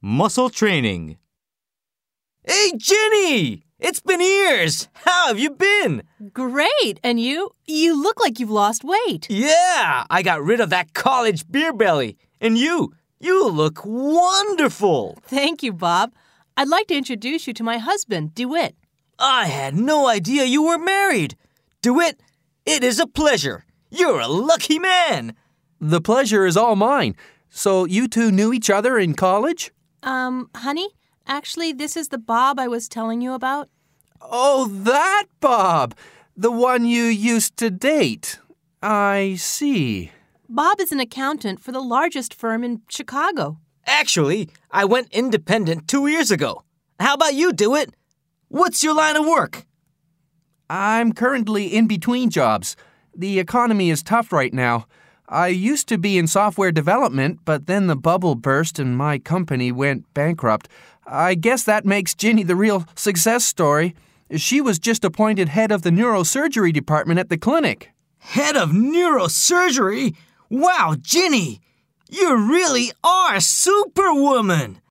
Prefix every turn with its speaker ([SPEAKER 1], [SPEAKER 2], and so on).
[SPEAKER 1] Muscle training. Hey, Jenny! It's been years! How have you been?
[SPEAKER 2] Great! And you? You look like you've lost weight.
[SPEAKER 1] Yeah, I got rid of that college beer belly. And you? You look wonderful!
[SPEAKER 2] Thank you, Bob. I'd like to introduce you to my husband, DeWitt.
[SPEAKER 1] I had no idea you were married. DeWitt, it is a pleasure. You're a lucky man.
[SPEAKER 3] The pleasure is all mine. So you two knew each other in college?
[SPEAKER 2] Um, honey, actually, this is the Bob I was telling you about.
[SPEAKER 3] Oh, that Bob! The one you used to date. I see.
[SPEAKER 2] Bob is an accountant for the largest firm in Chicago.
[SPEAKER 1] Actually, I went independent two years ago. How about you, DeWitt? What's your line of work?
[SPEAKER 3] I'm currently in between jobs. The economy is tough right now. I used to be in software development, but then the bubble burst and my company went bankrupt. I guess that makes Ginny the real success story. She was just appointed head of the neurosurgery department at the clinic.
[SPEAKER 1] Head of neurosurgery? Wow, Ginny! You really are Superwoman!